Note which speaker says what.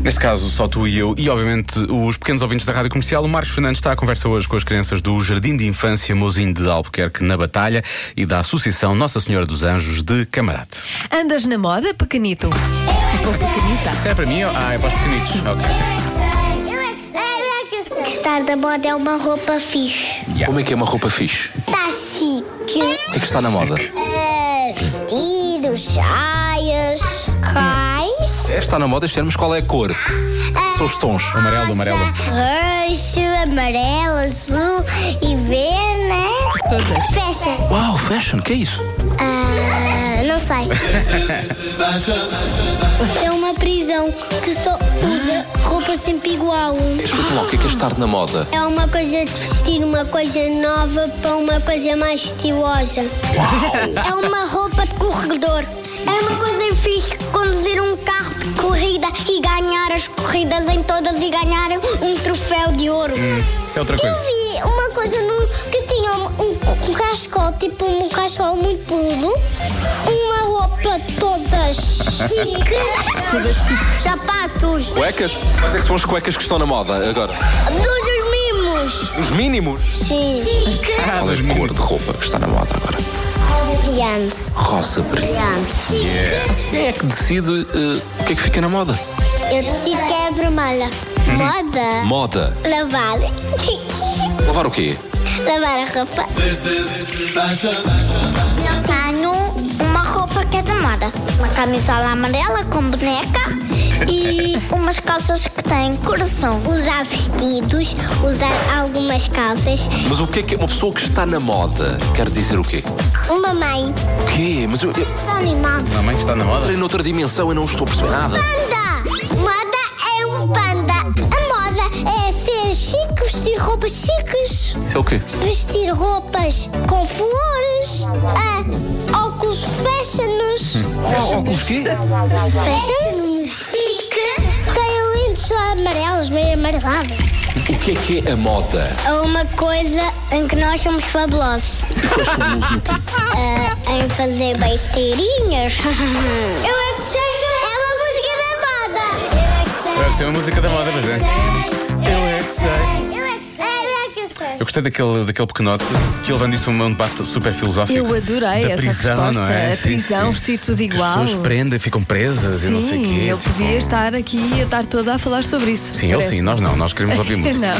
Speaker 1: Neste caso, só tu e eu, e obviamente os pequenos ouvintes da rádio comercial. O Marcos Fernandes está à conversa hoje com as crianças do Jardim de Infância Mozinho de Albuquerque, na Batalha, e da Associação Nossa Senhora dos Anjos de Camarate.
Speaker 2: Andas na moda, pequenito? Ou pequenita?
Speaker 1: Isso é para mim? Ah, é para os pequenitos. Ok.
Speaker 3: Estar da moda é uma roupa fixe.
Speaker 4: Como é que é uma roupa fixe?
Speaker 3: Está chique. Eh,
Speaker 4: O que é que está na moda?
Speaker 3: vestidos, saias, cais,
Speaker 4: É, está na moda este termos qual é a cor? São os tons.
Speaker 1: Amarelo, amarelo.
Speaker 3: eh, roxo, amarelo, azul e verde, né?
Speaker 2: Todas.
Speaker 3: Fecha.
Speaker 4: Uau, fashion, o que é isso?
Speaker 3: Ah, não sei. É uma prisão que só usa roupa sempre igual.
Speaker 4: Explica lá, o que é que é estar na moda?
Speaker 3: É uma coisa de vestir uma coisa nova para uma coisa mais estilosa. É uma roupa de corredor. É uma coisa fixe conduzir um carro de corrida e ganhar as corridas em todas e ganhar um troféu de ouro.
Speaker 1: Isso é outra
Speaker 3: Eu
Speaker 1: coisa.
Speaker 3: vi uma coisa num- que tinha um, um, um cachecol, tipo um cachecol muito pulo, uma roupa toda chique, sapatos
Speaker 4: Cuecas? Quais é que são as cuecas que estão na moda agora?
Speaker 3: dos mimos.
Speaker 4: Os mínimos.
Speaker 3: Sim.
Speaker 1: Ah,
Speaker 3: Chique.
Speaker 4: Qual é a cor de roupa que está na moda agora?
Speaker 3: Brilhante.
Speaker 4: Rosa brilhante. Quem é que decide eh, o que é que fica na moda?
Speaker 3: Eu decido que é vermelha. Moda.
Speaker 4: Moda.
Speaker 3: Lavar.
Speaker 4: Lavar o quê?
Speaker 3: Lavar a roupa. Eu tenho uma roupa que é de moda. Uma camisola amarela com boneca e umas calças que têm coração. Usar vestidos, usar algumas calças.
Speaker 4: Mas o que é que uma pessoa que está na moda quer dizer o quê?
Speaker 3: Uma mãe.
Speaker 4: O quê? Mas eu, eu
Speaker 3: Animal.
Speaker 1: A mãe está na moda?
Speaker 4: entrei noutra dimensão e não estou a perceber nada.
Speaker 3: Panda! Moda é um panda. A moda é ser chique, vestir roupas chiques,
Speaker 4: Isso é o quê?
Speaker 3: vestir roupas com flores, ah, óculos fashions.
Speaker 4: Óculos Oh, quê?
Speaker 3: Fashions? Chique. Tem lindos amarelos, meio amarelados.
Speaker 4: O que é que é a moda?
Speaker 3: É uma coisa em que nós somos fabulosos. Ah, em fazer besteirinhas. Eu é que sei. É uma música da moda. Eu é que sei.
Speaker 1: Deve ser uma música da moda, mas é.
Speaker 3: Eu é que sei. Eu é que sei. Eu é que sei.
Speaker 1: Eu gostei daquele, daquele pequenote que ele vendeu um debate super filosófico.
Speaker 2: Eu adorei
Speaker 1: da
Speaker 2: essa
Speaker 1: prisão,
Speaker 2: resposta.
Speaker 1: Não é?
Speaker 2: A
Speaker 1: Sim,
Speaker 2: prisão,
Speaker 1: sim.
Speaker 2: vestir tudo
Speaker 1: Que As
Speaker 2: igual.
Speaker 1: pessoas prendem, ficam presas e não sei o
Speaker 2: Sim,
Speaker 1: quê.
Speaker 2: ele
Speaker 1: tipo-
Speaker 2: podia estar aqui e a estar toda a falar sobre isso.
Speaker 1: Sim, ele sim,
Speaker 2: parece-me.
Speaker 1: nós não, nós queremos ouvir música.
Speaker 2: Não.